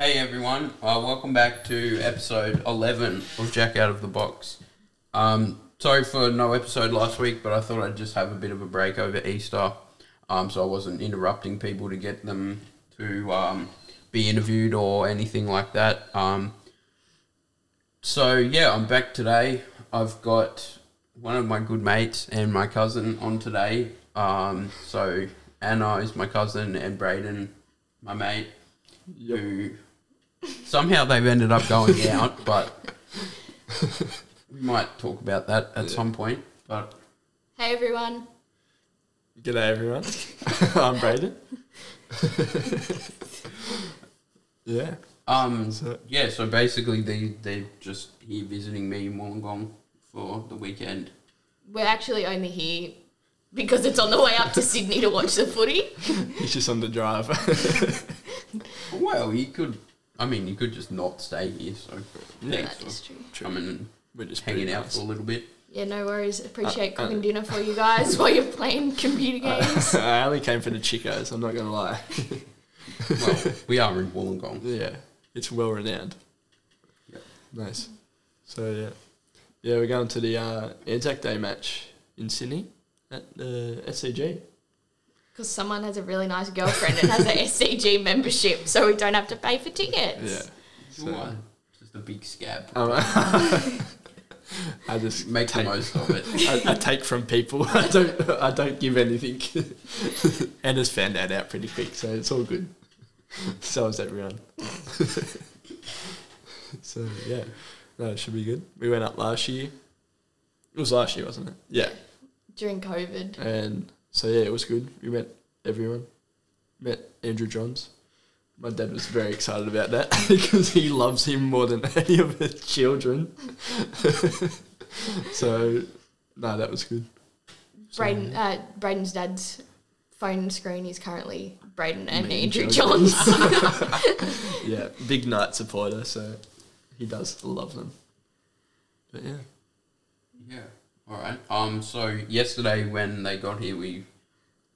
everyone. Uh, welcome back to episode 11 of Jack Out of the Box. Um, sorry for no episode last week, but I thought I'd just have a bit of a break over Easter um, so I wasn't interrupting people to get them to um, be interviewed or anything like that. Um, so, yeah, I'm back today. I've got one of my good mates and my cousin on today. Um, so, Anna is my cousin and Braden, my mate, who somehow they've ended up going out, but we might talk about that at some point. But Hey everyone. G'day everyone. I'm Braden. yeah. Um. So- yeah. So basically, they they just here visiting me in Wollongong for the weekend. We're actually only here because it's on the way up to Sydney to watch the footy. He's just on the drive. Well, you could. I mean, you could just not stay here. So Yeah, thanks That is for true. coming and We're just hanging pretty out nice. for a little bit. Yeah, no worries. Appreciate Uh, uh. cooking dinner for you guys while you're playing computer games. I only came for the chicos, I'm not gonna lie. Well, we are in Wollongong. Yeah. It's well renowned. Yep. Nice. So yeah. Yeah, we're going to the uh, Anzac Day match in Sydney at the SCG. Because someone has a really nice girlfriend and has a SCG membership, so we don't have to pay for Yeah. tickets. So, uh, just a big scab. Um, I just Make the take- most of it. I, I take from people. I don't. I don't give anything. Anna's found that out pretty quick, so it's all good. So is everyone. so yeah, no, it should be good. We went up last year. It was last year, wasn't it? Yeah. During COVID. And so yeah, it was good. We met everyone. Met Andrew Johns. My dad was very excited about that because he loves him more than any of his children. so no, that was good. So- Braden, uh, Braden's dad's phone screen is currently Braden and Me Andrew joking. Johns. yeah, big night supporter, so he does love them. But yeah, Yeah. All right. Um. So yesterday, when they got here, we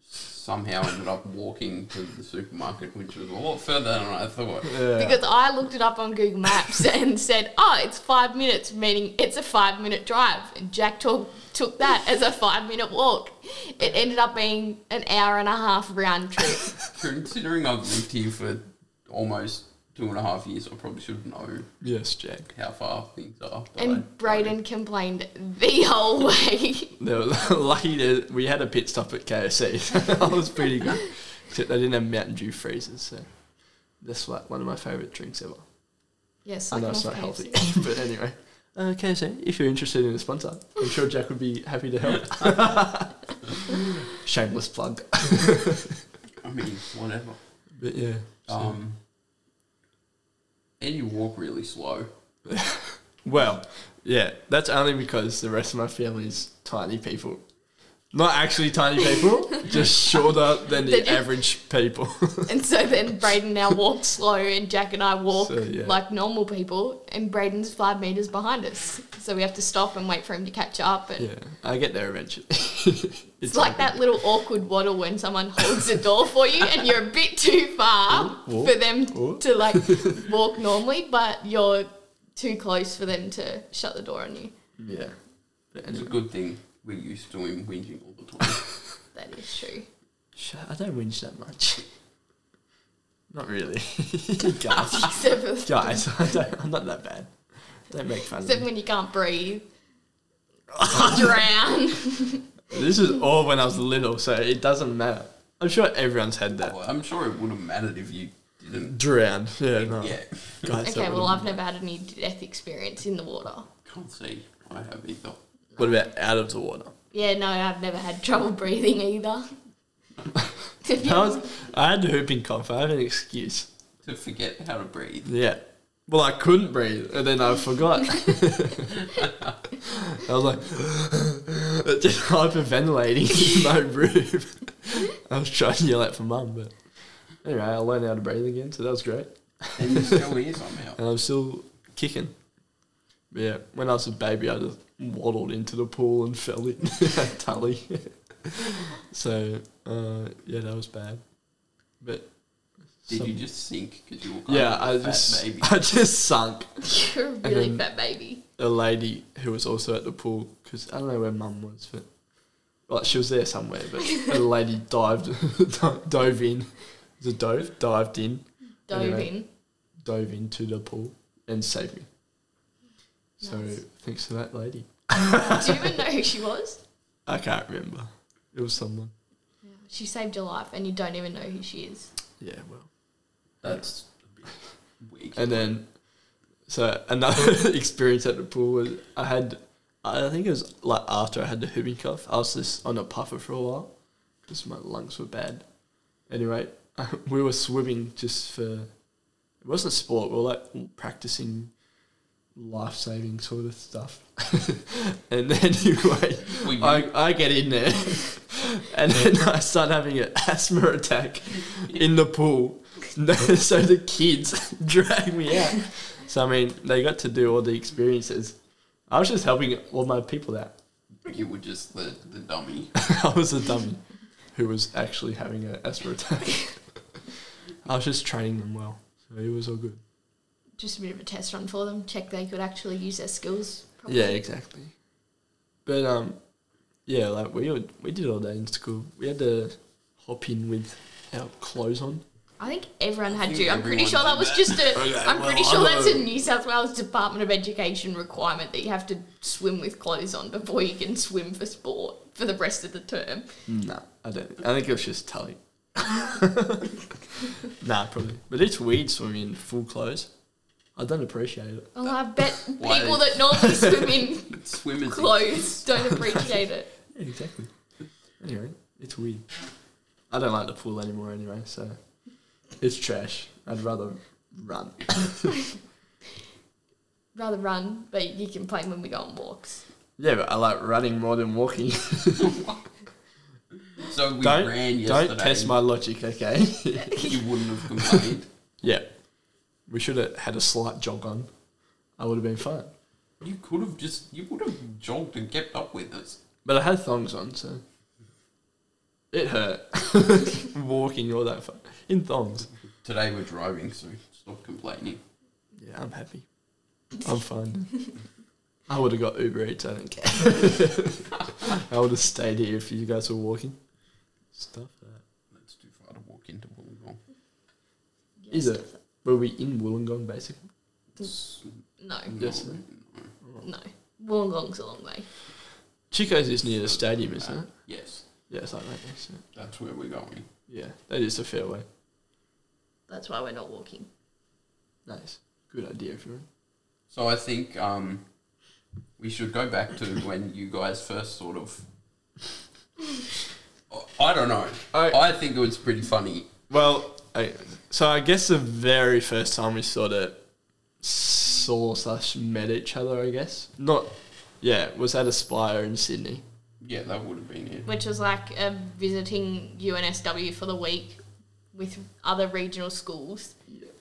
somehow ended up walking to the supermarket, which was a lot further than I thought. Uh, Because I looked it up on Google Maps and said, oh, it's five minutes, meaning it's a five minute drive. And Jack took, took that as a five minute walk. It ended up being an hour and a half round trip. Considering I've lived here for almost two and a half years, I probably should know yes, Jack. how far things are. but I and Braden complained the whole way. They were lucky that we had a pit stop at KFC. So that was pretty good. Except they didn't have Mountain Dew freezers, so that's like one of my favourite drinks ever. Yes, I I know can it's also not healthy, but anyway. Uh, KFC, if you're interested in a sponsor, I'm sure Jack would be happy to help. Shameless plug. I mean, whatever. But yeah. so- Um, and you walk really slow. Well, yeah, that's only because the rest of my family is tiny people. Not actually tiny people, just shorter than They the just- average people. And so then Braden now walks slow, and Jack and I walk So, yeah. like normal people, and Braden's five meters behind us. So we have to stop and wait for him to catch up. And yeah, I get there eventually. It's like that little awkward waddle when someone holds the door for you and you're a bit too far Ooh, ooh, for them ooh. to like walk normally, but you're too close for them to shut the door on you. Yeah. But It's a anyway, good thing we're used to him whinging all the time. That is true. sh- I don't whinge that much. Not really. guys, Except, for, guys I don't, I'm not that bad. Don't make fun of except me. when you can't breathe, drown. This is all when I was little, so it doesn't matter. I'm sure everyone's had that. Well, I'm sure it would have mattered if you didn't. Drowned. Yeah, no. Yeah, Guys, Okay, that well, would've- I've never had any death experience in the water. can't see. I have either. What about out of the water? Yeah, no, I've never had trouble breathing either. I, was, I had the whooping cough. I had an excuse. To forget how to breathe. Yeah. Well, I couldn't breathe, and then I forgot. I was like, just hyperventilating in my room. I was trying to yell out for mum, but anyway, I learned how to breathe again, so that was great. And you're still here somehow. And I'm still kicking. But yeah, when I was a baby, I just waddled into the pool and fell in tully. so uh, yeah, that was bad. But Did you Some- just sink? Cause you were kind Yeah, of a fat I just baby. I just sunk. You're a really then- fat baby. A lady who was also at the pool because I don't know where Mum was, but well, she was there somewhere. But a lady dived, do- dove in, was a dove dived in, Dove Anyway. in. dove into the pool and saved me. So Nice. thanks to that lady. Do you even know who she was? I can't remember. It was someone. She saved your life, and you don't even know who she is. Yeah, well. That's a bit weak. And then, so another experience at the pool was I had, I think it was like after I had the whooping cough, I was just on a puffer for a while because my lungs were bad. Anyway, we were swimming just for, it wasn't sport, we were like practicing life saving sort of stuff. and then, anyway, Were you, I, I get in there and then I start having an asthma attack in the pool. No, so the kids drag me out. So, I mean, they got to do all the experiences. I was just helping all my people out. you were just the, the dummy. I was a dummy who was actually having an asthma attack. I was just training them well. So it was all good. Just a bit of a test run for them. Check they could actually use their skills. Yeah, exactly. But um, yeah, like we would, we did all that in school. We had to hop in with our clothes on. I think everyone had think to. I'm pretty everyone sure did that was that. Oh, just a. Okay, am well, pretty I sure that's a know. New South Wales Department of Education requirement that you have to swim with clothes on before you can swim for sport for the rest of the term. No, I don't. think- I think it was just Tully. nah, probably. But it's weird swimming in full clothes. I don't appreciate it. Well, I bet Why people they- that normally swim in Swimmers. clothes don't appreciate it. Yeah, exactly. Anyway, it's weird. I don't like the pool anymore. Anyway, so it's trash. I'd rather run. Rather run, but you complain when we go on walks. Yeah, but I like running more than walking. So we don't ran yesterday. don't test my logic, okay? You wouldn't have complained. yeah, we should have had a slight jog on. I would have been fine. you could have just. You would have jogged and kept up with us. But I had thongs on, so it hurt walking all that far in thongs. Today we're driving, so stop complaining. Yeah, I'm happy. I'm fine. I would have got Uber Eats. I don't care. I would have stayed here if you guys were walking. Stuff that. That's too far to walk into Wollongong. Is it? Were we in Wollongong basically? It's- No, no, Yes, no. sir. no. Wollongong's a long way. Chico's is near the stadium, isn't it? Yes, Yeah, it's like that. Isn't it? that's where we're going. Yeah, that is a fair way. That's why we're not walking. Nice. Good idea, everyone. So I think um, we should go back to when you guys first sort of. I don't know. I- I think it was pretty funny. Well, I, so I guess the very first time we sort of saw slash met each other, I guess not. Yeah, was at Aspire in Sydney. Yeah, that would have been it. which was like uh, visiting UNSW for the week with other regional schools.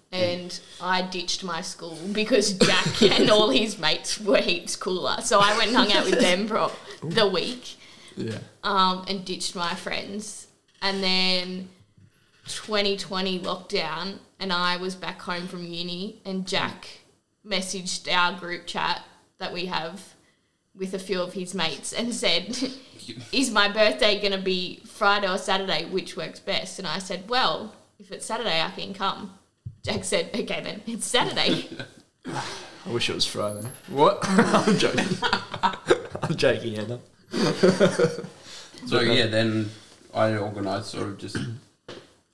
And I ditched my school because Jack and all his mates were heaps cooler. So I went and hung out with them for the week Yeah, um, and ditched my friends. And then 2020 lockdown, and I was back home from uni, and Jack messaged our group chat that we have with a few of his mates and said, Is my birthday going to be Friday or Saturday? Which works best? And I said, Well, if it's Saturday, I can come. Jack said, Okay, then it's Saturday. I wish it was Friday. What? I'm joking. I'm joking, Anna. So Okay. yeah, then I organised sort of just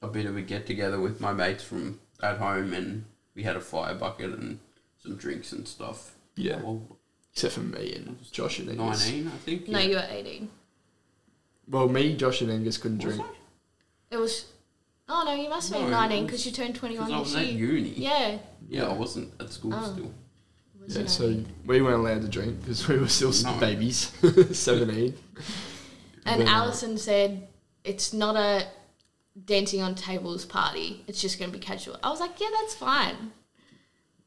a bit of a get together with my mates from at home, and we had a fire bucket and some drinks and stuff. Yeah, Well, except for me and Josh and Angus. nineteen, I think. no, yeah. you were 18. Well, me, Josh, and Angus couldn't Was drink. I? It was, oh no, you must have been No, it 19 was- because you turned 'Cause 21 I this was at year. uni. Yeah. Yeah, I wasn't at school Oh. still. Was Yeah, it so 18? we weren't allowed to drink because we were still s No. babies, seventeen. And Well- Alison said, it's not a dancing on tables party. It's just going to be casual. I was like, yeah, that's fine.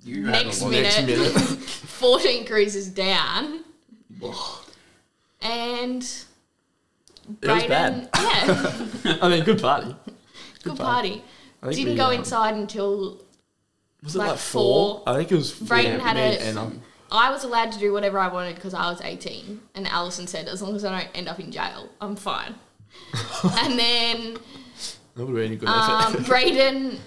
You Next had a lot minute. of Next minute. 14 cruises down. Whoa. And It was Brayden- bad. Yeah, I mean, good party. party. good party. I think Didn't we, go um, inside until Was it like like, four? four. I think it was four. Brayden had me a- and Anna. I was allowed to do whatever I wanted because I was 18. And Alison said, as long as I don't end up in jail, I'm fine. and then That would have been a good um, effort. Braden,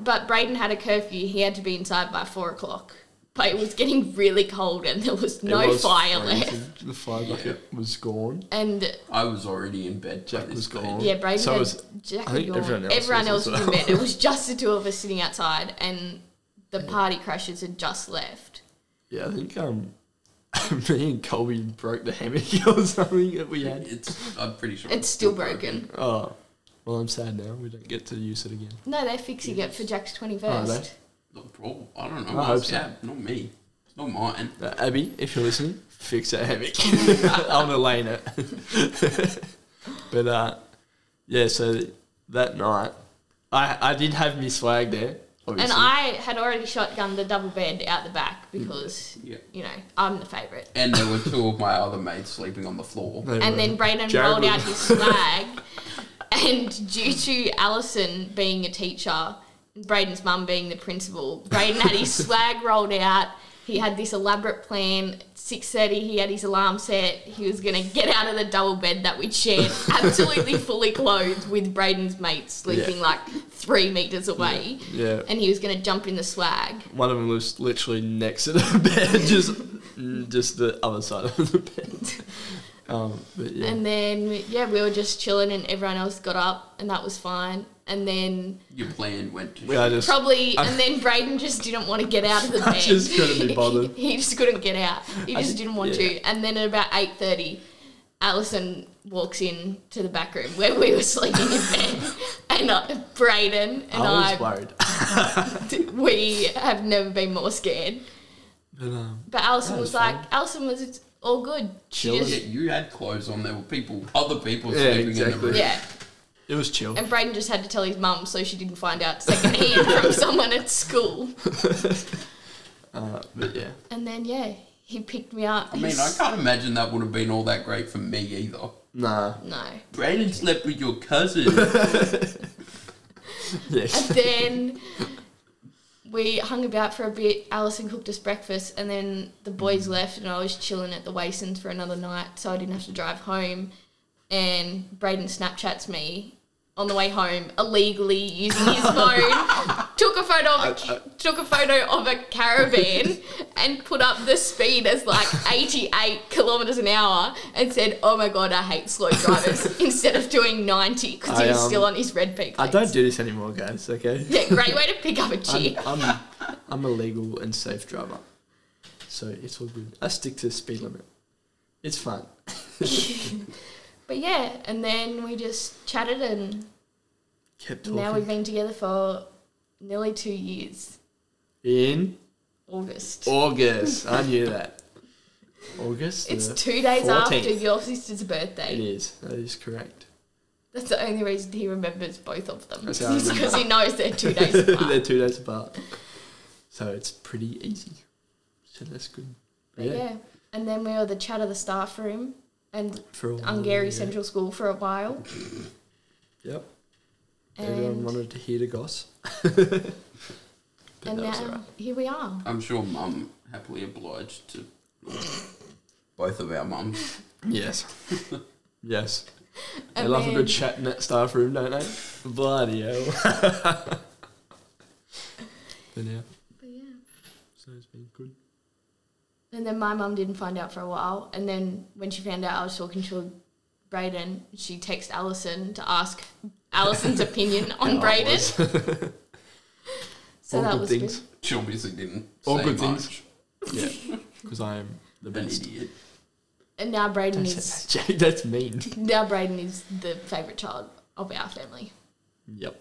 but Braden had a curfew. He had to be inside by four o'clock. But it was getting really cold and there was It no was fire freezing. left. The fire bucket was gone. And I was already in bed. Jack by this was stage. gone. yeah, Braden So had was- Jack I think had gone. everyone else Everyone was else as was in well. bed. It was just the two of us sitting outside and the party crashers had just left. Yeah, I think um, me and Colby broke the hammock or something that we had. It's. I'm pretty sure It's still broken. Oh, well, I'm sad now. We don't get to use it again. No, they're fixing it for Jack's 21st. they- Not prob- I don't know. I hope Ask so. Gab, Not me. It's not mine. Uh, Abby, if you're listening, fix that hammock. I'm Elaine it. but uh, yeah, so that night, I I did have Miss Flag there. Obviously. And I had already shotgunned the double bed out the back because, Yeah. you know, I'm the favourite. And there were two of my other mates sleeping on the floor. They And were- then Braden Jared rolled was- out his swag. and due to Alison being a teacher, Braden's mum being the principal, Braden had his swag rolled out. He had this elaborate plan. At 6.30, he had his alarm set. He was going to get out of the double bed that we'd shared, absolutely fully clothed, with Braden's mates sleeping like three metres away. yeah. And he was going to jump in the swag. One of them was literally next to the bed, just mm, just the other side of the bed. Um, but yeah, And then yeah, we were just chilling, and everyone else got up, and that was fine. And then Your plan went to we are shit. just probably, and then Braden just didn't want to get out of the bed. just couldn't be bothered. he, he just couldn't get out. He I just did- didn't want yeah. to. And then at about eight thirty, Alison walks in to the back room where we were sleeping in bed, and uh, Braden and I I, was worried. we have never been more scared. But, um, But Alison That was was like, Alison was all good. She Chilling. Yeah, just you had clothes on. There were people, other people Yeah, sleeping in the exactly. room. yeah. it was chill. And Braden just had to tell his mum so she didn't find out secondhand from someone at school. Uh, but yeah, And then, yeah, he picked me up. I mean, I can't imagine that would have been all that great for me either. nah, No. Brandon slept with your cousin. yeah. And then we hung about for a bit. Alison cooked us breakfast, and then the Mm. boys left, and I was chilling at the Wasons for another night, so I didn't have to drive home. And Braden Snapchats me on the way home illegally using his phone. took a photo of a ca- took a photo of a caravan and put up the speed as like 88 kilometers an hour, and said, "Oh my god, I hate slow drivers." instead of doing 90 because he I, was um, still on his red peak. I lights. don't do this anymore, guys. Okay. Yeah, great way to pick up a chick. I'm, I'm, I'm a legal and safe driver, so it's all good. I stick to the speed limit. It's fun. But yeah, and then we just chatted, and Kept now we've talking. been together for nearly two years. In August. August, I knew that. August. it's the two days 14th. after your sister's It birthday. is. That is correct. That's the only reason he remembers both of them. That's how I remember. Because he knows they're two days They're apart. two days apart, so it's pretty easy. So that's good. But yeah. and then we were the chat of the staff room and For all Oh, Ungary yeah. Central School for a while. Yep. Everyone And, wanted to hear the goss. but and that was now alright. here we are. I'm sure Mum happily obliged to both of our mums. Yes. yes. They And love a then- good chat in that staff room, don't they? Bloody hell. but yeah, But yeah. so it's been good. And then my mum didn't find out for a while. And then when she found out I was talking to Brayden, she texted Alison to ask Alison's opinion on How it Brayden. was. So All that good was things. She obviously didn't All say good much. things. Yeah, because I am the An best. idiot. good. And now Brayden Don't say is that, Jake, that's mean. now Brayden is the favourite child of our family Yep,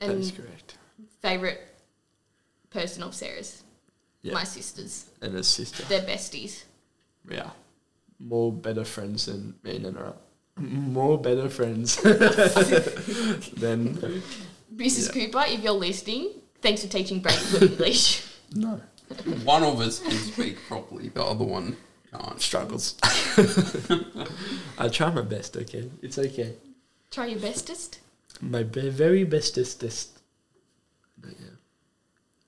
that is and correct. favourite person of Sarah's. Yeah. My sisters, And a sister. they're besties. Yeah. More better friends than me and Anna. More better friends than. Mrs. Yeah. Cooper, if you're listening, thanks for teaching Brayden good English. No. One of us can speak properly, the other one can't. Struggles. I try my best, okay? It's okay. Try your bestest. My be- very bestest. But yeah.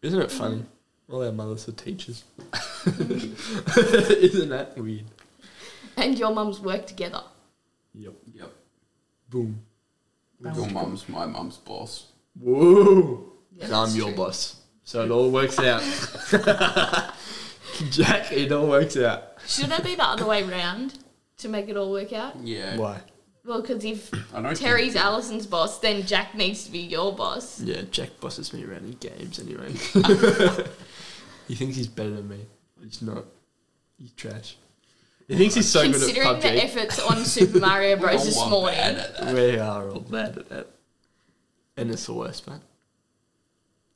Isn't it funny? All our mothers are teachers. Isn't that weird? And your mums work together. Yep. Yep. Boom. Your mum's my mum's boss. Whoa. Yeah, So I'm that's your true. boss. So it all works out. Jack, it all works out. Should it be the other way round to make it all work out? Yeah. Why? Well, because if I don't Terry's Alison's boss, then Jack needs to be your boss. Yeah, Jack bosses me around in games anyway. he thinks he's better than me. He's not. He's trash. He thinks he's so good at Considering PUBG. the efforts on Super Mario think Bros. this I'm morning. bad at that. We are all bad at that. And it's the worst, man.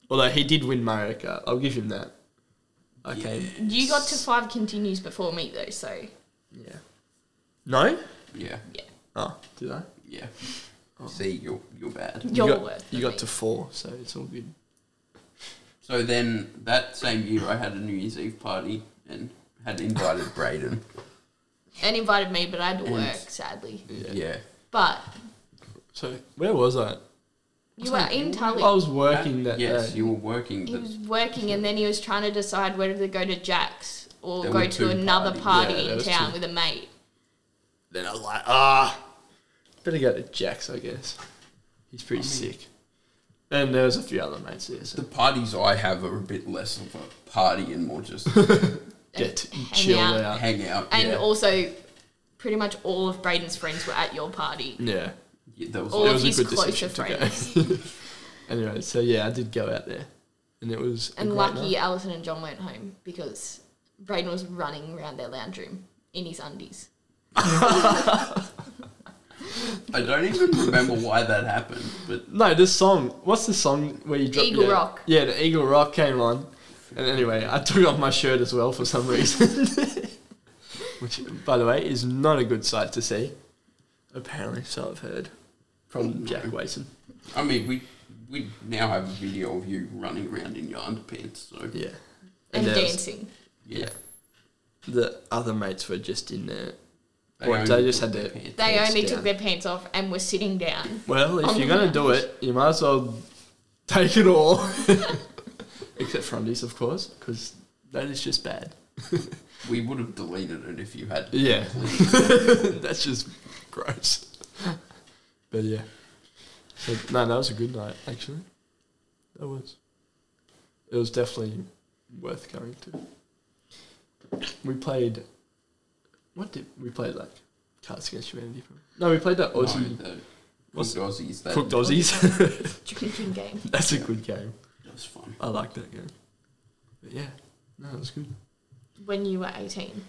Although he did win Mario Kart. I'll give him that. Okay. You got to five continues before me though, so Yeah. No? Yeah. Oh, did I? Yeah. Oh. See, you're you're bad. you're you got, worth. You than got me. to four, so it's all good. So then that same year, I had a New Year's Eve party and had invited Braden. and invited me, but I had to And- work sadly. Yeah. But So where was I? you were in Tully. Oh. I was working that uh, yes, day. you were working. He But was working, and then he was trying to decide whether to go to Jack's or There go were to two another party parties. Yeah, there in was town two. with a mate. Then I was like, ah, better go to Jack's, I guess. He's pretty sick. And there was a few other mates there. the So parties I have are a bit less of a party and more just get to hang chill out. out. hang out. And yeah. also, pretty much all of Braden's friends were at your party. Yeah. Yeah, that was All like- it of was a his good closer decision to go. friends. Anyway, so yeah, I did go out there, and it was a And great lucky night. Alison and John weren't home because Braden was running around their lounge room in his undies. I don't even remember why that happened, but No, this song. What's the song where you drop Eagle yeah. Rock. Yeah, the Eagle Rock came on, and anyway, I took off my shirt as well for some reason, which, by the way, is not a good sight to see. Apparently, so I've heard from Jack Wason. I mean we we now have a video of you running around in your underpants. So Yeah, And, there was- dancing. yeah, the other mates were just in there. Well, they just had their to- pants. They Pants only down. took their pants off and were sitting down. Well, if On you're the gonna do lounge. it, you might as well take it all, except Frondies, of course, because that is just bad. We would have deleted it if you had. Yeah, that's just gross. But yeah, so, no, that was a good night actually. That was. It was definitely worth going to. We played. What did we play? Like Cards Against Humanity. probably. No, we played that No, Aussie the What's- cooked Aussies. That, Oh, cooked Aussies. Drinking game. that's a good game. that was fun. I like that game. But yeah, no, it was good. When you were 18.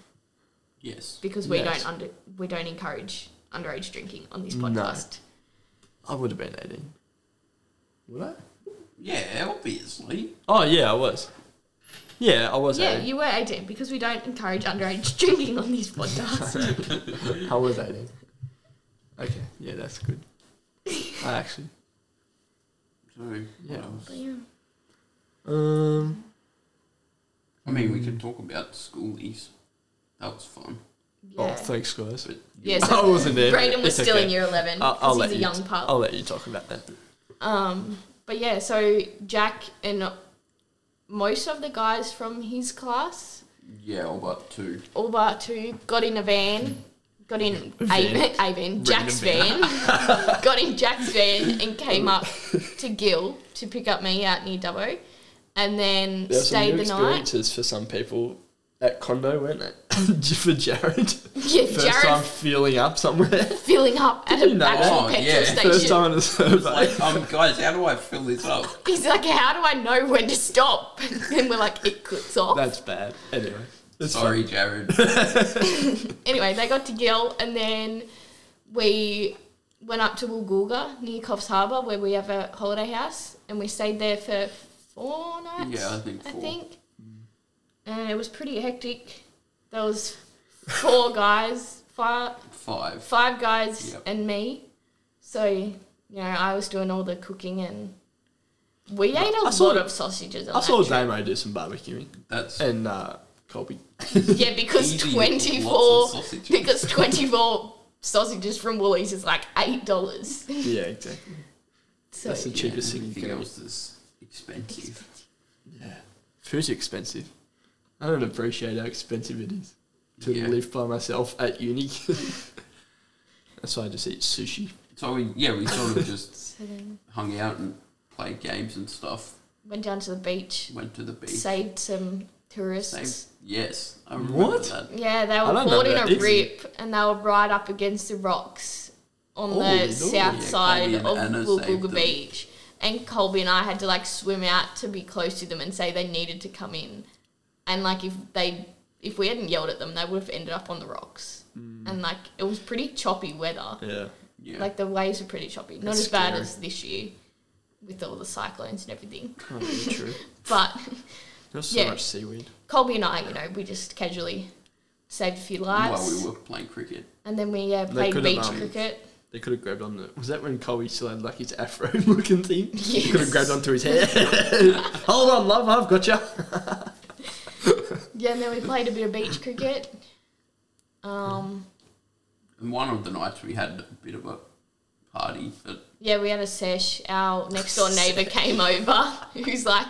Yes. Because we Yes. don't under we don't encourage underage drinking on this No. podcast. I would have been 18. Would I? Yeah, obviously. Oh, yeah, I was. Yeah, I was Yeah, 18. you were 18 because we don't encourage underage drinking on this podcast. I was 18. Okay, yeah, that's good. I actually. So what Yeah. else? But yeah. Um, I mean, we could talk about schoolies. That was fun. Oh, Yeah. thanks, guys. But Yeah, I so wasn't there. Braden was It's still okay. in year 11 I'll, I'll because let he's a you young pup. I'll let you talk about that. Um, but yeah, so Jack and most of the guys from his class, yeah, all but two. all but two, got in a van, got in a Van. van, a van Jack's van, got in Jack's van and came up to Gill to pick up me out near Dubbo, and There then were some stayed new the night. experiences for some people at condo, weren't they? for Jared. Yeah, First Jared time feeling up somewhere. filling up at Did you an know that? actual Oh, petrol yeah. station. First time in a survey. Like, um, guys, how do I fill this up? He's like, "How do I know when to stop?" And we're like, "It clicks off." That's bad. Anyway. It's Sorry, Jared. anyway, they got to Gill, and then we went up to Woolgoolga near Coffs Harbour, where we have a holiday house, and we stayed there for four nights. Yeah, I think I four. think. And it was pretty hectic. There was four guys, five, Five. five guys, Yep. and me. So you know, I was doing all the cooking, and we ate a I saw- lot of sausages. On I that saw trip. Damo do some barbecuing That's and uh, Colby. Yeah, because Easy, twenty four lots of sausages. because twenty four sausages from Woolies is like eight dollars. yeah, exactly. So That's the cheapest thing you everything can. else is Expensive. Yeah. Food's expensive. I don't appreciate how expensive it is to Yeah. live by myself at uni. That's why I just eat sushi. So we yeah we sort of just So then hung out and played games and stuff. went down to the beach, Went to the beach. saved some tourists. Same- Yes, I remember What? that. Yeah, they I were don't caught know in a about this. rip and they were right up against the rocks on Oh, the no. Yeah, south side Colby of and Anna saved Woolooga them. Beach. And Colby and I had to like swim out to be close to them and say they needed to come in. And like if they if we hadn't yelled at them, they would have ended up on the rocks. Mm. And like it was pretty choppy weather. Yeah. Yeah. Like the waves were pretty choppy. Not That's as bad scary. as this year with all the cyclones and everything. Oh, yeah, true. But There's so Yeah. much seaweed. Colby and I, you know, we just casually saved a few lives. while we were playing cricket. And then we yeah, They played could've, beach um, cricket. They could have grabbed on the. Was that when Colby still had like his afro looking thing? They could have Yes. grabbed onto his hair. Hold on, love, I've got you. Yeah, and then we played a bit of beach cricket. Um, And one of the nights we had a bit of a party that yeah, we had a sesh. Our next door neighbour came over, who's like,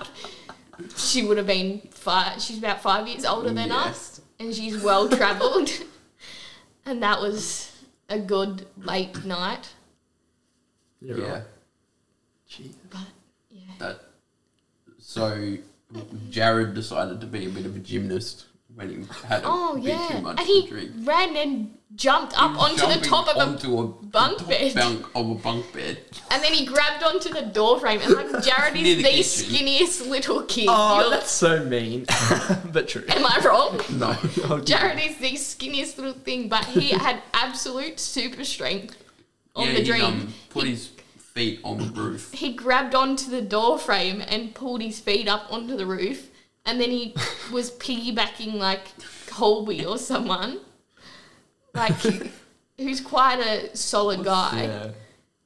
she would have been five. She's about five years older than Yeah. us, and she's well travelled. and that was a good late night. yeah, You're right. Gee. But yeah, that so Jared decided to be a bit of a gymnast when he had a oh bit yeah, too much and to he drink. ran and jumped up onto the Jumping top of a onto a bunk bed. bunk of a bunk bed. And then he grabbed onto the door frame, and like Jared Near is the the, kitchen. skinniest little kid. Oh, You're- that's so mean, but true. Oh, am I wrong? No, I'll give Jared is the skinniest little thing, but he had absolute super strength on yeah, the he dream. um, put his feet on the roof. he grabbed onto the door frame and pulled his feet up onto the roof, and then he was piggybacking like Colby or someone, like who's quite a solid guy. Yeah.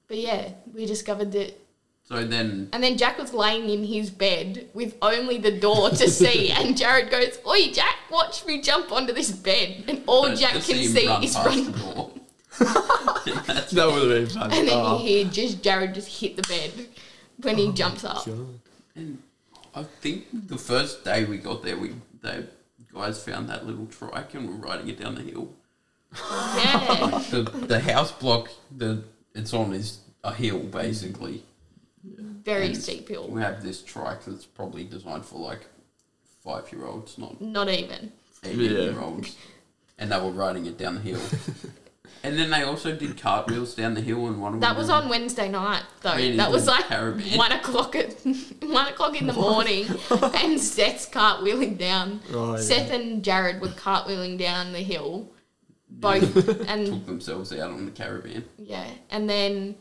But yeah, we discovered that So then And then Jack was laying in his bed with only the door to see. and Jared goes, Oi, Jack, watch me jump onto this bed. And all uh, Jack just can him see is past run. the door. That would have been fun. And then Oh, you hear just Jared just hit the bed when he jumps up. God. Oh, And I think the first day we got there, we the guys found that little trike and were riding it down the hill. Yeah. the, the house block the it's on is a hill basically. Very And steep hill. We have this trike that's probably designed for like five year olds, not Not even. eight year olds, and they were riding it down the hill. and then they also did cartwheels down the hill, and one of That them was on Wednesday night though. Really that was good like caravan. one o'clock at one o'clock in the morning and Seth's cartwheeling down. Oh, yeah. Seth and Jared were cartwheeling down the hill. Both and took themselves out on the caravan. Yeah, and then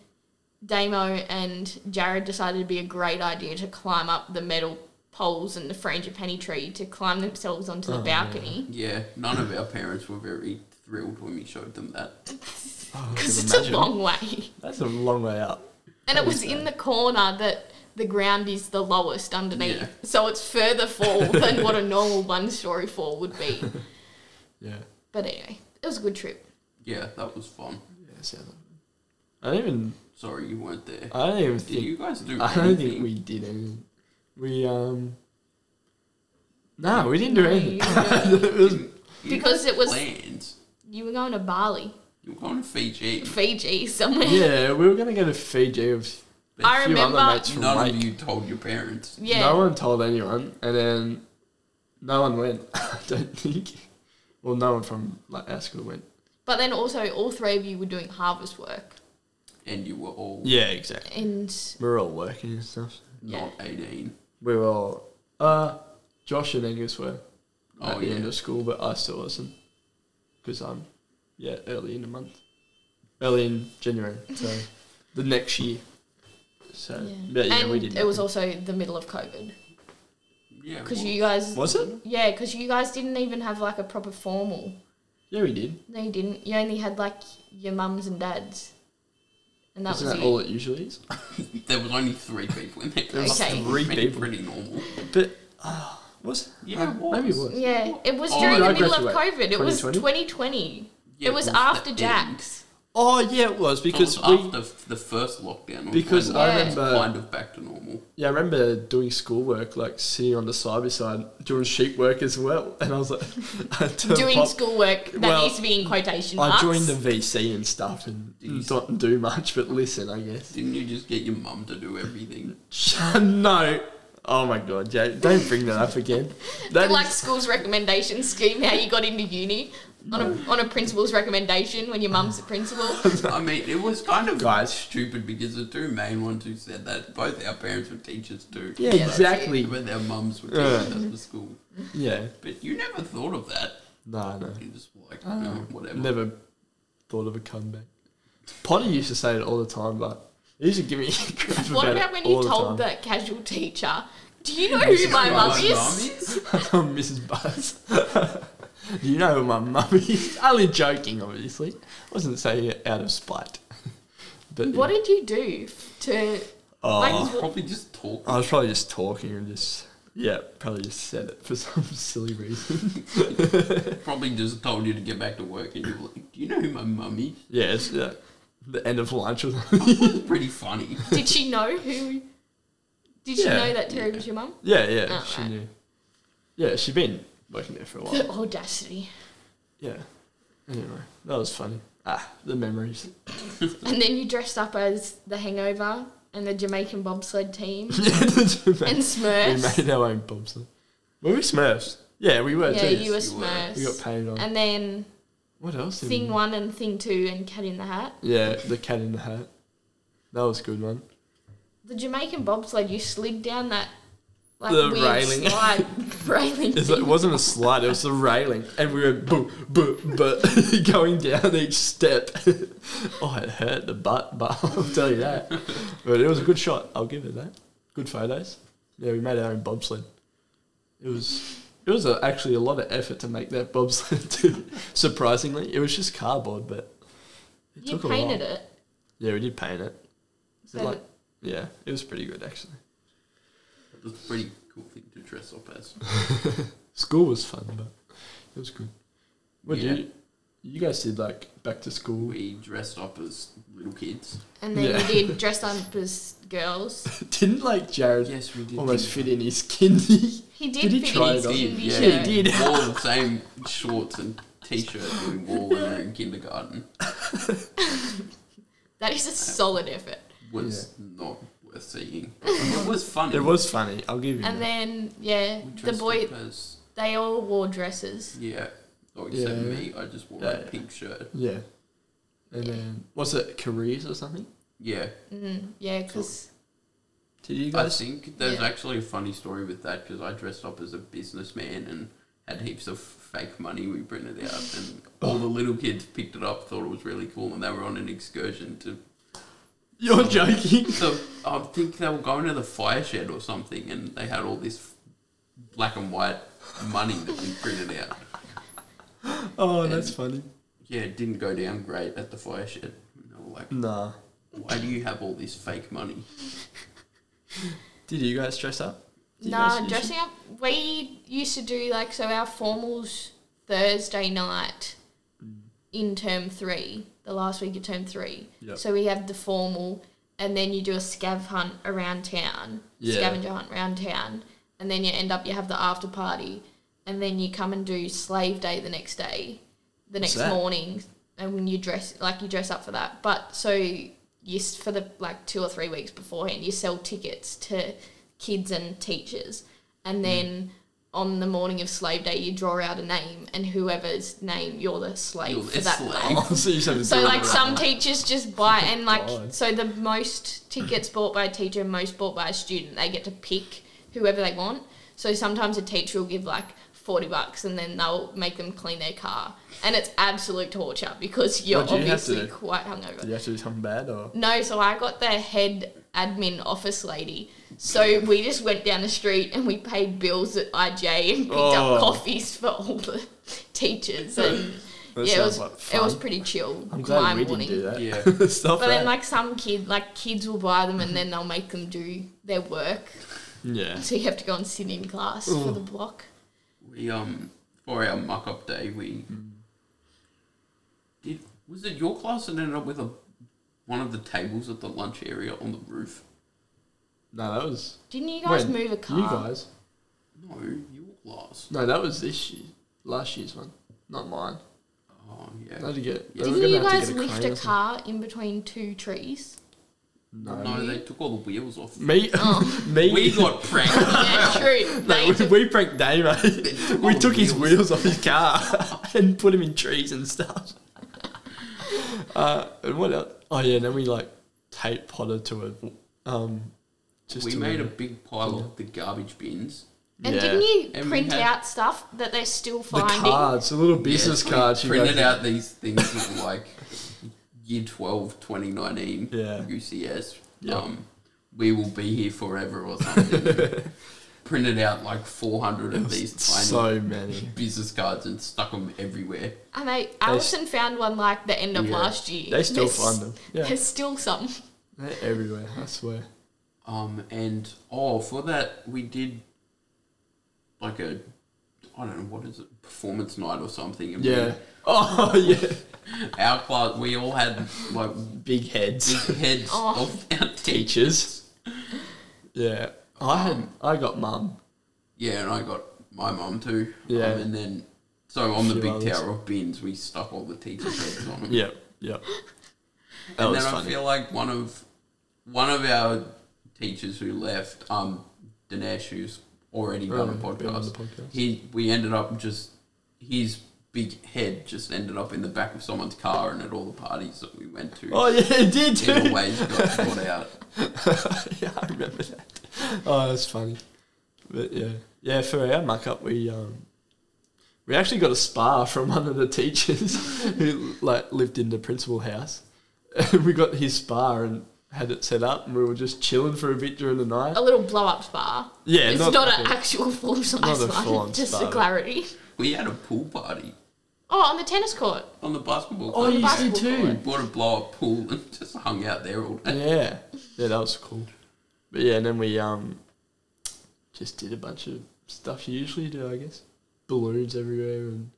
Damo and Jared decided it'd be a great idea to climb up the metal poles and the frangipani tree to climb themselves onto the Oh, balcony Yeah, none of our parents were very thrilled when we showed them that. Oh, I because can it's imagine. a long way. That's a long way up. And it was in the corner that the ground is the lowest underneath, Yeah. so it's further fall than what a normal one story fall would be. Yeah. But anyway, it was a good trip. Yeah, that was fun. Yeah. So I don't even. Sorry you weren't there. I don't even Did think. you guys do I don't anything? think we did anything. We um. No, we didn't do No, anything. you didn't. it was You Because had it was- plans. You were going to Bali, You're going to Fiji. Fiji, somewhere. yeah. We were gonna go to Fiji with a I few remember- other mates from None Wake. of you told your parents. Yeah. No one told anyone, and then no one went. I don't think. Well, no one from like our school went. But then also, all three of you were doing harvest work. and you were all Yeah, exactly. And We were all working and stuff. not 18. We were all. Uh, Josh and Angus were at Oh, the end yeah. of school, but I still wasn't because I'm yeah early in the month, early in January, so the next year. So Yeah. but Uh, yeah, and we did. it was nothing. also the middle of COVID Yeah. because well, you guys. Was it? Yeah, because you guys didn't even have like a proper formal. Yeah, we did. No, you didn't. You only had like your mums and dads, and that Isn't was that it. all it usually is? There was only three people in there. There was Okay. three Pretty- people. Pretty normal. But uh, was Yeah, uh, it was. maybe it was. yeah, it was Oh, during did the I middle of COVID. graduate? It was 2020? 2020. Yeah, it was the after end. Jack's. Oh yeah, it was because It we. was after f- the first lockdown, was Because when I it was remember- kind of back to normal. Yeah, I remember doing schoolwork, like sitting on the side by side doing sheet work as well, and I was like, I turned Doing pop- schoolwork that Well, needs to be in quotation marks. I joined the VC and stuff, and Jeez. don't do much, but listen, I guess. Didn't you just get your mum to do everything? no. Oh my god, yeah, don't bring that up again. That like is- school's recommendation scheme, how you got into uni on a, on a principal's recommendation when your mum's the principal. I mean, it was kind of Guys. stupid because the two main ones who said that both our parents were teachers too. yeah, Yeah, exactly. When their mums were teaching Yeah. us at school, Yeah, but you never thought of that. no, no, You just like no, whatever. Ah. never thought of a comeback. Potter used to say it all the time, but he used to give me. crap what about, about it when all you the told time. the casual teacher, do you know who my Like, mum like, is? Mrs. Buzz. Do you know who my mum is? Only joking, obviously. wasn't saying it out of spite. But What did you do to. Oh. "Mummies?" Like, what- Probably just talk. I was probably just talking and just yeah, probably just said it for some silly reason. Probably just told you to get back to work, and you were like, "Do you know who my mummy?" Yeah, it's uh, the end of lunch was is? Pretty funny. did she know who. Did she Yeah. know that Terry was your mum? Yeah, yeah, Oh, she right. knew. Yeah, she'd been working there for a The while. audacity. Yeah. Anyway, that was funny. Ah, the memories. And then you dressed up as the hangover and the Jamaican bobsled team and and we Smurfs. made our own bobsled. Were we Smurfs? Yeah, we were Yeah, too. you were you were. we got Smurfs. painted on. And then What else? did we Thing do? One and Thing Two and Cat in the Hat. Yeah, the cat in the hat. That was a good one. The Jamaican bobsled, you slid down that like The weird railing. slide railing. It's like, it thing. wasn't a slide, it was a railing. And we were boo, boo, boo, going down each step. oh, it hurt the butt, but I'll tell you that. But it was a good shot, I'll give it that. Good photos. Yeah, we made our own bobsled. It was it was a, actually a lot of effort to make that bobsled too, surprisingly. It was just cardboard, but it you took a while. painted it. Yeah, we did paint it. So like, yeah, it was pretty good actually. It's a pretty cool thing to dress up as. School was fun, but it was good. What Yeah. did you? You guys did like back to school. We dressed up as little kids. and then Yeah. you did dress up as girls. Didn't like Jared Yes, we did. almost fit in his kindy. He did, Did he fit try in his it on? kindy Yeah, shirt. he did. We wore the same shorts and t-shirt that we wore when we were in kindergarten. That is a solid effort. Was not worth seeing. It was funny. It was funny. I'll give you. And that. then yeah, We the dressed boy up as- they all wore dresses. yeah. Oh, except Yeah. me, I just wore a Yeah. pink shirt. yeah. And then was it careers or something? Yeah, Mm, yeah, because Did you I guys? think there's Yeah. actually a funny story with that because I dressed up as a businessman and had heaps of fake money we printed out, and all the little kids picked it up, thought it was really cool, and they were on an excursion to You're joking. So I think they were going to the fire shed or something, and they had all this black and white money that we printed out. Oh, that's funny. Yeah, it didn't go down great at the fire shed. And they were like, Nah. "Why do you have all this fake money?" Did you guys dress up? Did you guys nah, use dressing up. We used to do like so our formals Thursday night Mm. in term three, the last week of term three. Yep. So we have the formal, and then you do a scav hunt around town, Yeah. scavenger hunt around town, and then you end up you have the after party, and then you come and do slave day the next day, the What's next that? morning, and when you dress like you dress up for that. But so you s- for the like two or three weeks beforehand, you sell tickets to kids and teachers, Mm. and then. On the morning of Slave Day, you draw out a name, and whoever's name you're the slave You're for the that slave. month. Oh, so you just have to So do it like all. some teachers just buy and like God. so the most tickets bought by a teacher, most bought by a student, they get to pick whoever they want. So sometimes a teacher will give like forty bucks and then they'll make them clean their car. And it's absolute torture because you're What do you have to obviously do? quite hungover. Did you have to do something bad or? No, so I got the head admin office lady. So we just went down the street and we paid bills at IJ and picked Oh. up coffees for all the teachers and That yeah, it was sounds like it was fun. pretty chill. I'm glad my we morning. didn't do that. Yeah. Stop But that. then, like some kid, like kids will buy them and then they'll make them do their work. yeah. So you have to go and sit in class for Ooh. the block. Mm. We um for our muck up day we did Was it your class that ended up with a one of the tables at the lunch area on the roof? No, that was. Didn't you guys when? move a car? You guys. No, your class. No, that was this year. Last year's one, not mine. Oh I yeah. had to get. they were Didn't gonna you have to guys get a lift crane a or something. car in between two trees? No. No, they took all the wheels off. Me, me, We got pranked. yeah, true. No, Oh. They we, took- we pranked Dave. eh? we took his wheels off his car and put him in trees and stuff. Uh, and what else? Oh yeah, and then we like taped Potter to a um. Just we to made a big pile of the garbage bins. and yeah. didn't you And we print had- out stuff that they're still the finding? cards, the little business Yeah, cards. we you Printed guys- out these things that were like year 12, 2019 Yeah. UCS. Yeah. Um, we will be here forever or something. printed out like 400 of these tiny So many. business cards and stuck them everywhere. And they, Alison found one like the end of Yeah. last year. They still There's- find them. Yeah. There's still some. They're everywhere. I swear. Um, and oh, for that we did like a I don't know what is it performance night or something. And we- Yeah. Oh yeah. our class we all had like Big heads. big heads Oh. of our teachers. Teachers. Yeah. I had. I got mum. Yeah, and I got my mum too. Yeah. um, and then so on the Few big others. tower of bins, we stuck all the teachers' heads on. 'em. Yeah. Yeah. That and was then funny. I feel like one of one of our teachers who left, um, Dinesh, who's already done a Right, Oh, been on the podcast, podcast. he we ended up just his big head just ended up in the back of someone's car and at all the parties that we went to. Oh yeah, it did it too. always got brought out. yeah, I remember that. Oh, that's funny. But yeah, yeah. For our muck up, we um, we actually got a spa from one of the teachers who like lived in the principal house. we got his spa and had it set up, and we were just chilling for a bit during the night. A little blow up spa. Yeah, It's not- not, an actual full size Not a full-on one, just spa, for but- clarity. We had a pool party Oh, on the tennis court. on the basketball Oh, court. you did basketball We too. bought a blow up pool and just hung out there all day. Yeah, yeah, that was cool. But yeah, and then we um, just did a bunch of stuff you usually do, I guess. Balloons everywhere and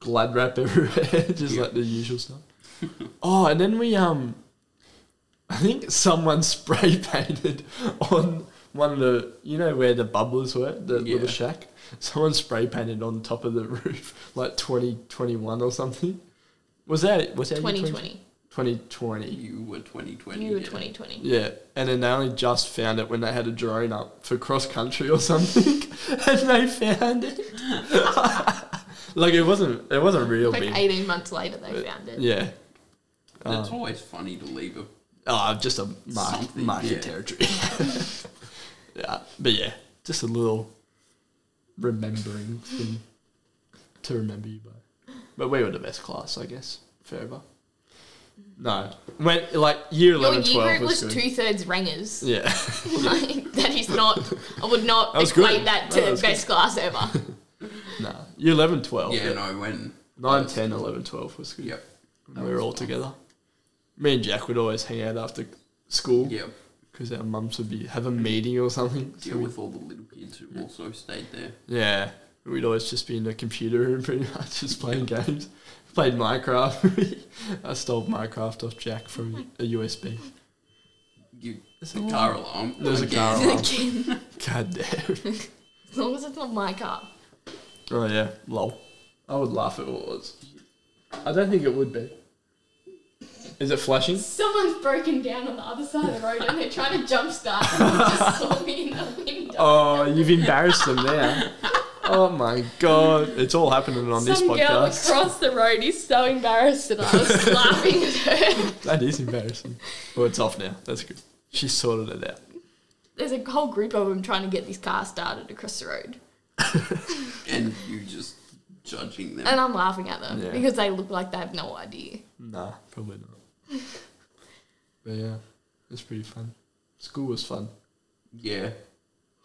glad wrap everywhere, just Yeah. like the usual stuff. oh, and then we um, I think someone spray painted on one of the you know where the bubblers were, the Yeah. little shack. Someone spray painted on top of the roof, like twenty twenty one or something. Was that was that your 2020. Twenty twenty. You were 2020. You were yeah. 2020. Yeah, and then they only just found it when they had a drone up for cross country or something, and they found it. like it wasn't, it wasn't real Like big. 18 months later, they found it. Yeah. It's always funny to leave a Oh, just a mark, Something, market yeah. territory. yeah, but yeah, just a little remembering thing to remember you by. But we were the best class, I guess, forever. No, when like year Your 11, year 12 group was, was good. two thirds ringers. yeah. Like, that is not, I would not That was equate good. that No, to that was best class ever. Nah, year 11, 12. Yeah, no, when. 9, 10, 11, 12 was good. Yep. And we were all together. Me and Jack would always hang out after school Yep. because our mums would be have a meeting or something. So Deal we- with all the little kids who also stayed there. yeah, we'd always just be in the computer room pretty much just playing games. Played Minecraft. I stole Minecraft off Jack from a USB. You, there's a car alarm. There's a Again. car alarm. Again, God damn. as long as it's not my car. Oh yeah, lol. I would laugh if it was. I don't think it would be. Is it flashing? Someone's broken down on the other side of the road and they're trying to jumpstart and they just saw me in the window. Oh, you've embarrassed them there. Oh my god, it's all happening on this Some girl podcast. across the road is so embarrassed that I was laughing at her. That is embarrassing. Well, it's off now. That's good. She sorted it out. There's a whole group of them trying to get this car started across the road. And you just judging them. And I'm laughing at them Yeah. because they look like they have no idea. Nah, probably not. But yeah, it's pretty fun. School was fun. yeah.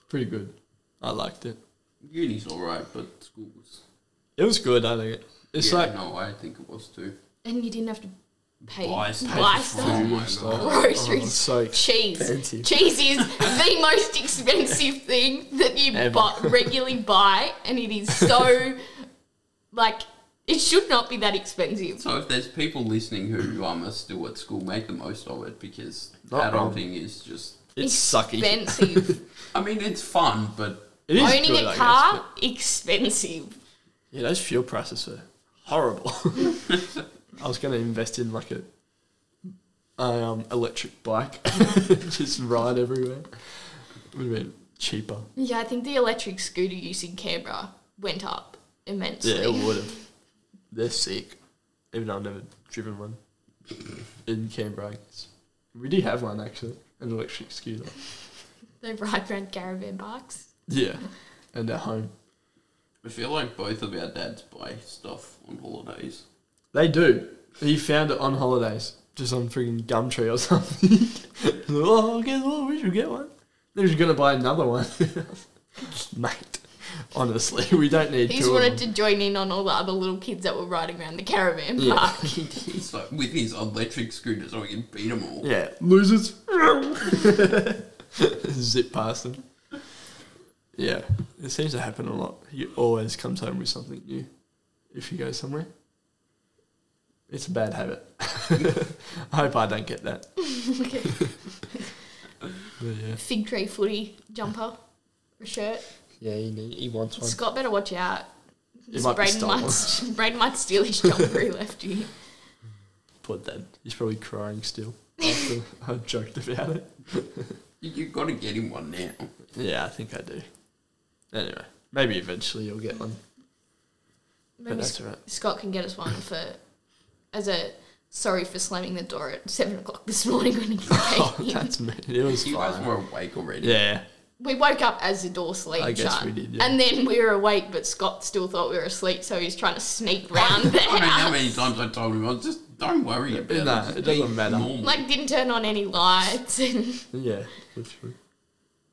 Pretty good. I liked it. Uni's alright, but school was. It was good. I think it's yeah, like No, I think it was too. And you didn't have to pay Buy buy stuff. stuff. Oh my It's God. like- Groceries. oh, it's so Cheese. expensive. Cheese is the most expensive thing that you Ever. bu- regularly buy, and it is so like It should not be that expensive. So if there's people listening who um, are still at school, make the most of it because Not wrong. adulting is just. It's sucky. expensive. I mean, it's fun, but It is Owning good, I a guess, car, but- expensive. yeah, those fuel prices are horrible. I was going to invest in like a um, electric bike, just ride everywhere. Would have been cheaper. Yeah, I think the electric scooter use in Canberra went up immensely. Yeah, it would have. They're sick. Even though I've never driven one in Canberra. It's- We do have one actually, an electric scooter. They ride around caravan parks. Yeah, and at home I feel like both of our dads buy stuff on holidays. they do. He found it on holidays, just on freaking Gumtree or something. oh, guess what? We should get one. Then he's gonna buy another one, mate. Honestly, we don't need He's two of wanted them. to join in on all the other little kids that were riding around the caravan Yeah. park. It's like with his electric scooter, so he can beat them all. Yeah, losers. Zip past them. Yeah, it seems to happen a lot. He always comes home with something new if he goes somewhere. It's a bad habit. I hope I don't get that. But yeah. Fig tree footy jumper, a shirt. Yeah, he, need- he wants one. Scott better watch out. It might be Braden stolen. might, Braden might steal his jumper he left you. Poor dad. He's probably crying still. After I joked about it. You- You've got to get him one now. Yeah, I think I do. Anyway, maybe eventually you'll get one. But Maybe that's alright. Scott can get us one for as a sorry for slamming the door at seven o'clock this morning when he Oh, came. in. that's me. It was You guys fine. were awake already. Yeah. we woke up as the door slammed I guess shut, we did, yeah. and then we were awake, but Scott still thought we were asleep, so he's trying to sneak round the I don't know how house. many times I told him, I just don't worry about it. No, Just it doesn't be matter. normal." Like didn't turn on any lights, and, Yeah. literally.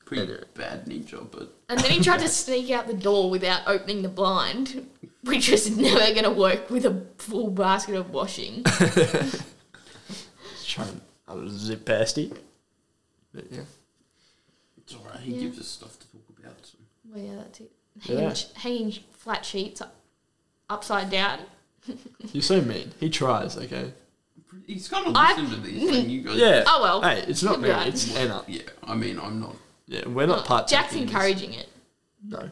Pretty bad ninja, but and then he tried to sneak out the door without opening the blind, which is never going to work with a full basket of washing. Just Try and I'll zip past it. But yeah. it's alright. He Yeah. gives us stuff to talk about. So. Well, yeah, that's it. Yeah. Hanging, sh hanging sh- flat sheets up, upside down. You're so mean. He tries, okay? He's got to I've- listen to these. When you guys, Yeah. Oh, well. Hey, it's not me, Goodbye. it's Anna. yeah. I mean, I'm not. Yeah, we're not part Oh, Jack's encouraging it. No.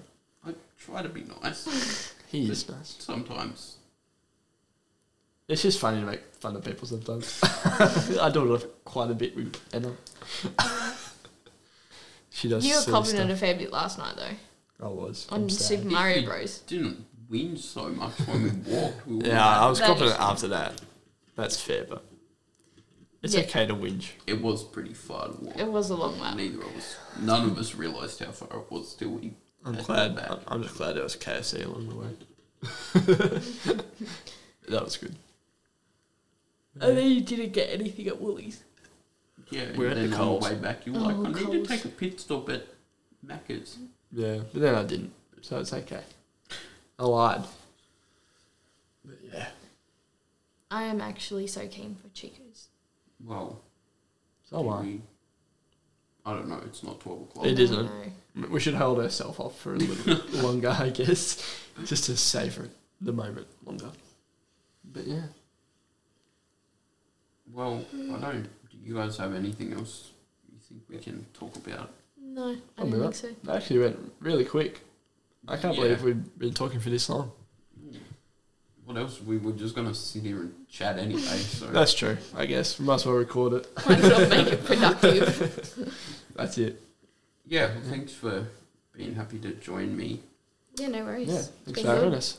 I try to be nice He is nice. sometimes. It's just funny to make fun of people sometimes. I do it quite a bit with Anna. she does. You were silly commenting a stuff. fair bit last night, though, I was. on I'm sad. Super If Mario you Bros. Didn't win so much when we walked. We Yeah, I was That confident is- after that. That's fair, but it's Yeah. okay to whinge. It was pretty far to walk. It was a long lap. Neither of us, none of us realised how far it was till we. I'm had glad. gone I'm- back. I'm just glad it was KFC along the way. that was good. And then you didn't get anything at Woolies. Yeah, We're at and then the on Coles. the way back, you were Oh, like, I need Coles. to take a pit stop at Macca's. Yeah, but then I didn't, so it's okay. I lied. But yeah, I am actually so keen for Chico's. Well, so am we- I don't know. It's not twelve o'clock. I. Oh, It isn't. No. We should hold ourselves off for a little bit longer, I guess, just to savor the moment longer. But yeah, Well, I don't. Do you guys have anything else you think we can talk about? No, I I'll don't move think up. so. that actually went really quick. I can't Yeah. believe we've been talking for this long. What else? We were just gonna sit here and chat anyway. So That's true. I guess we might as well record it. Might as well make it productive. That's it. yeah. Well, thanks for being happy to join me. yeah, no worries. Yeah, It's thanks been for having good. us.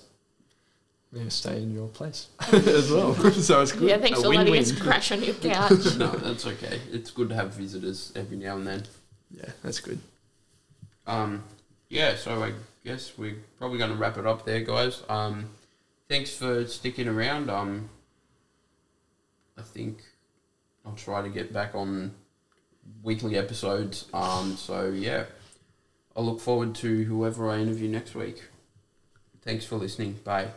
Yeah, stay in your place as well. so it's good. Yeah, thanks A for letting us win-win. crash on your couch. No, that's okay. It's good to have visitors every now and then. Yeah, that's good. Um, yeah. So I guess we're probably gonna wrap it up there, guys. Um, thanks for sticking around. Um, I think I'll try to get back on weekly episodes. Um, so yeah, I look forward to whoever I interview next week. Thanks for listening. Bye.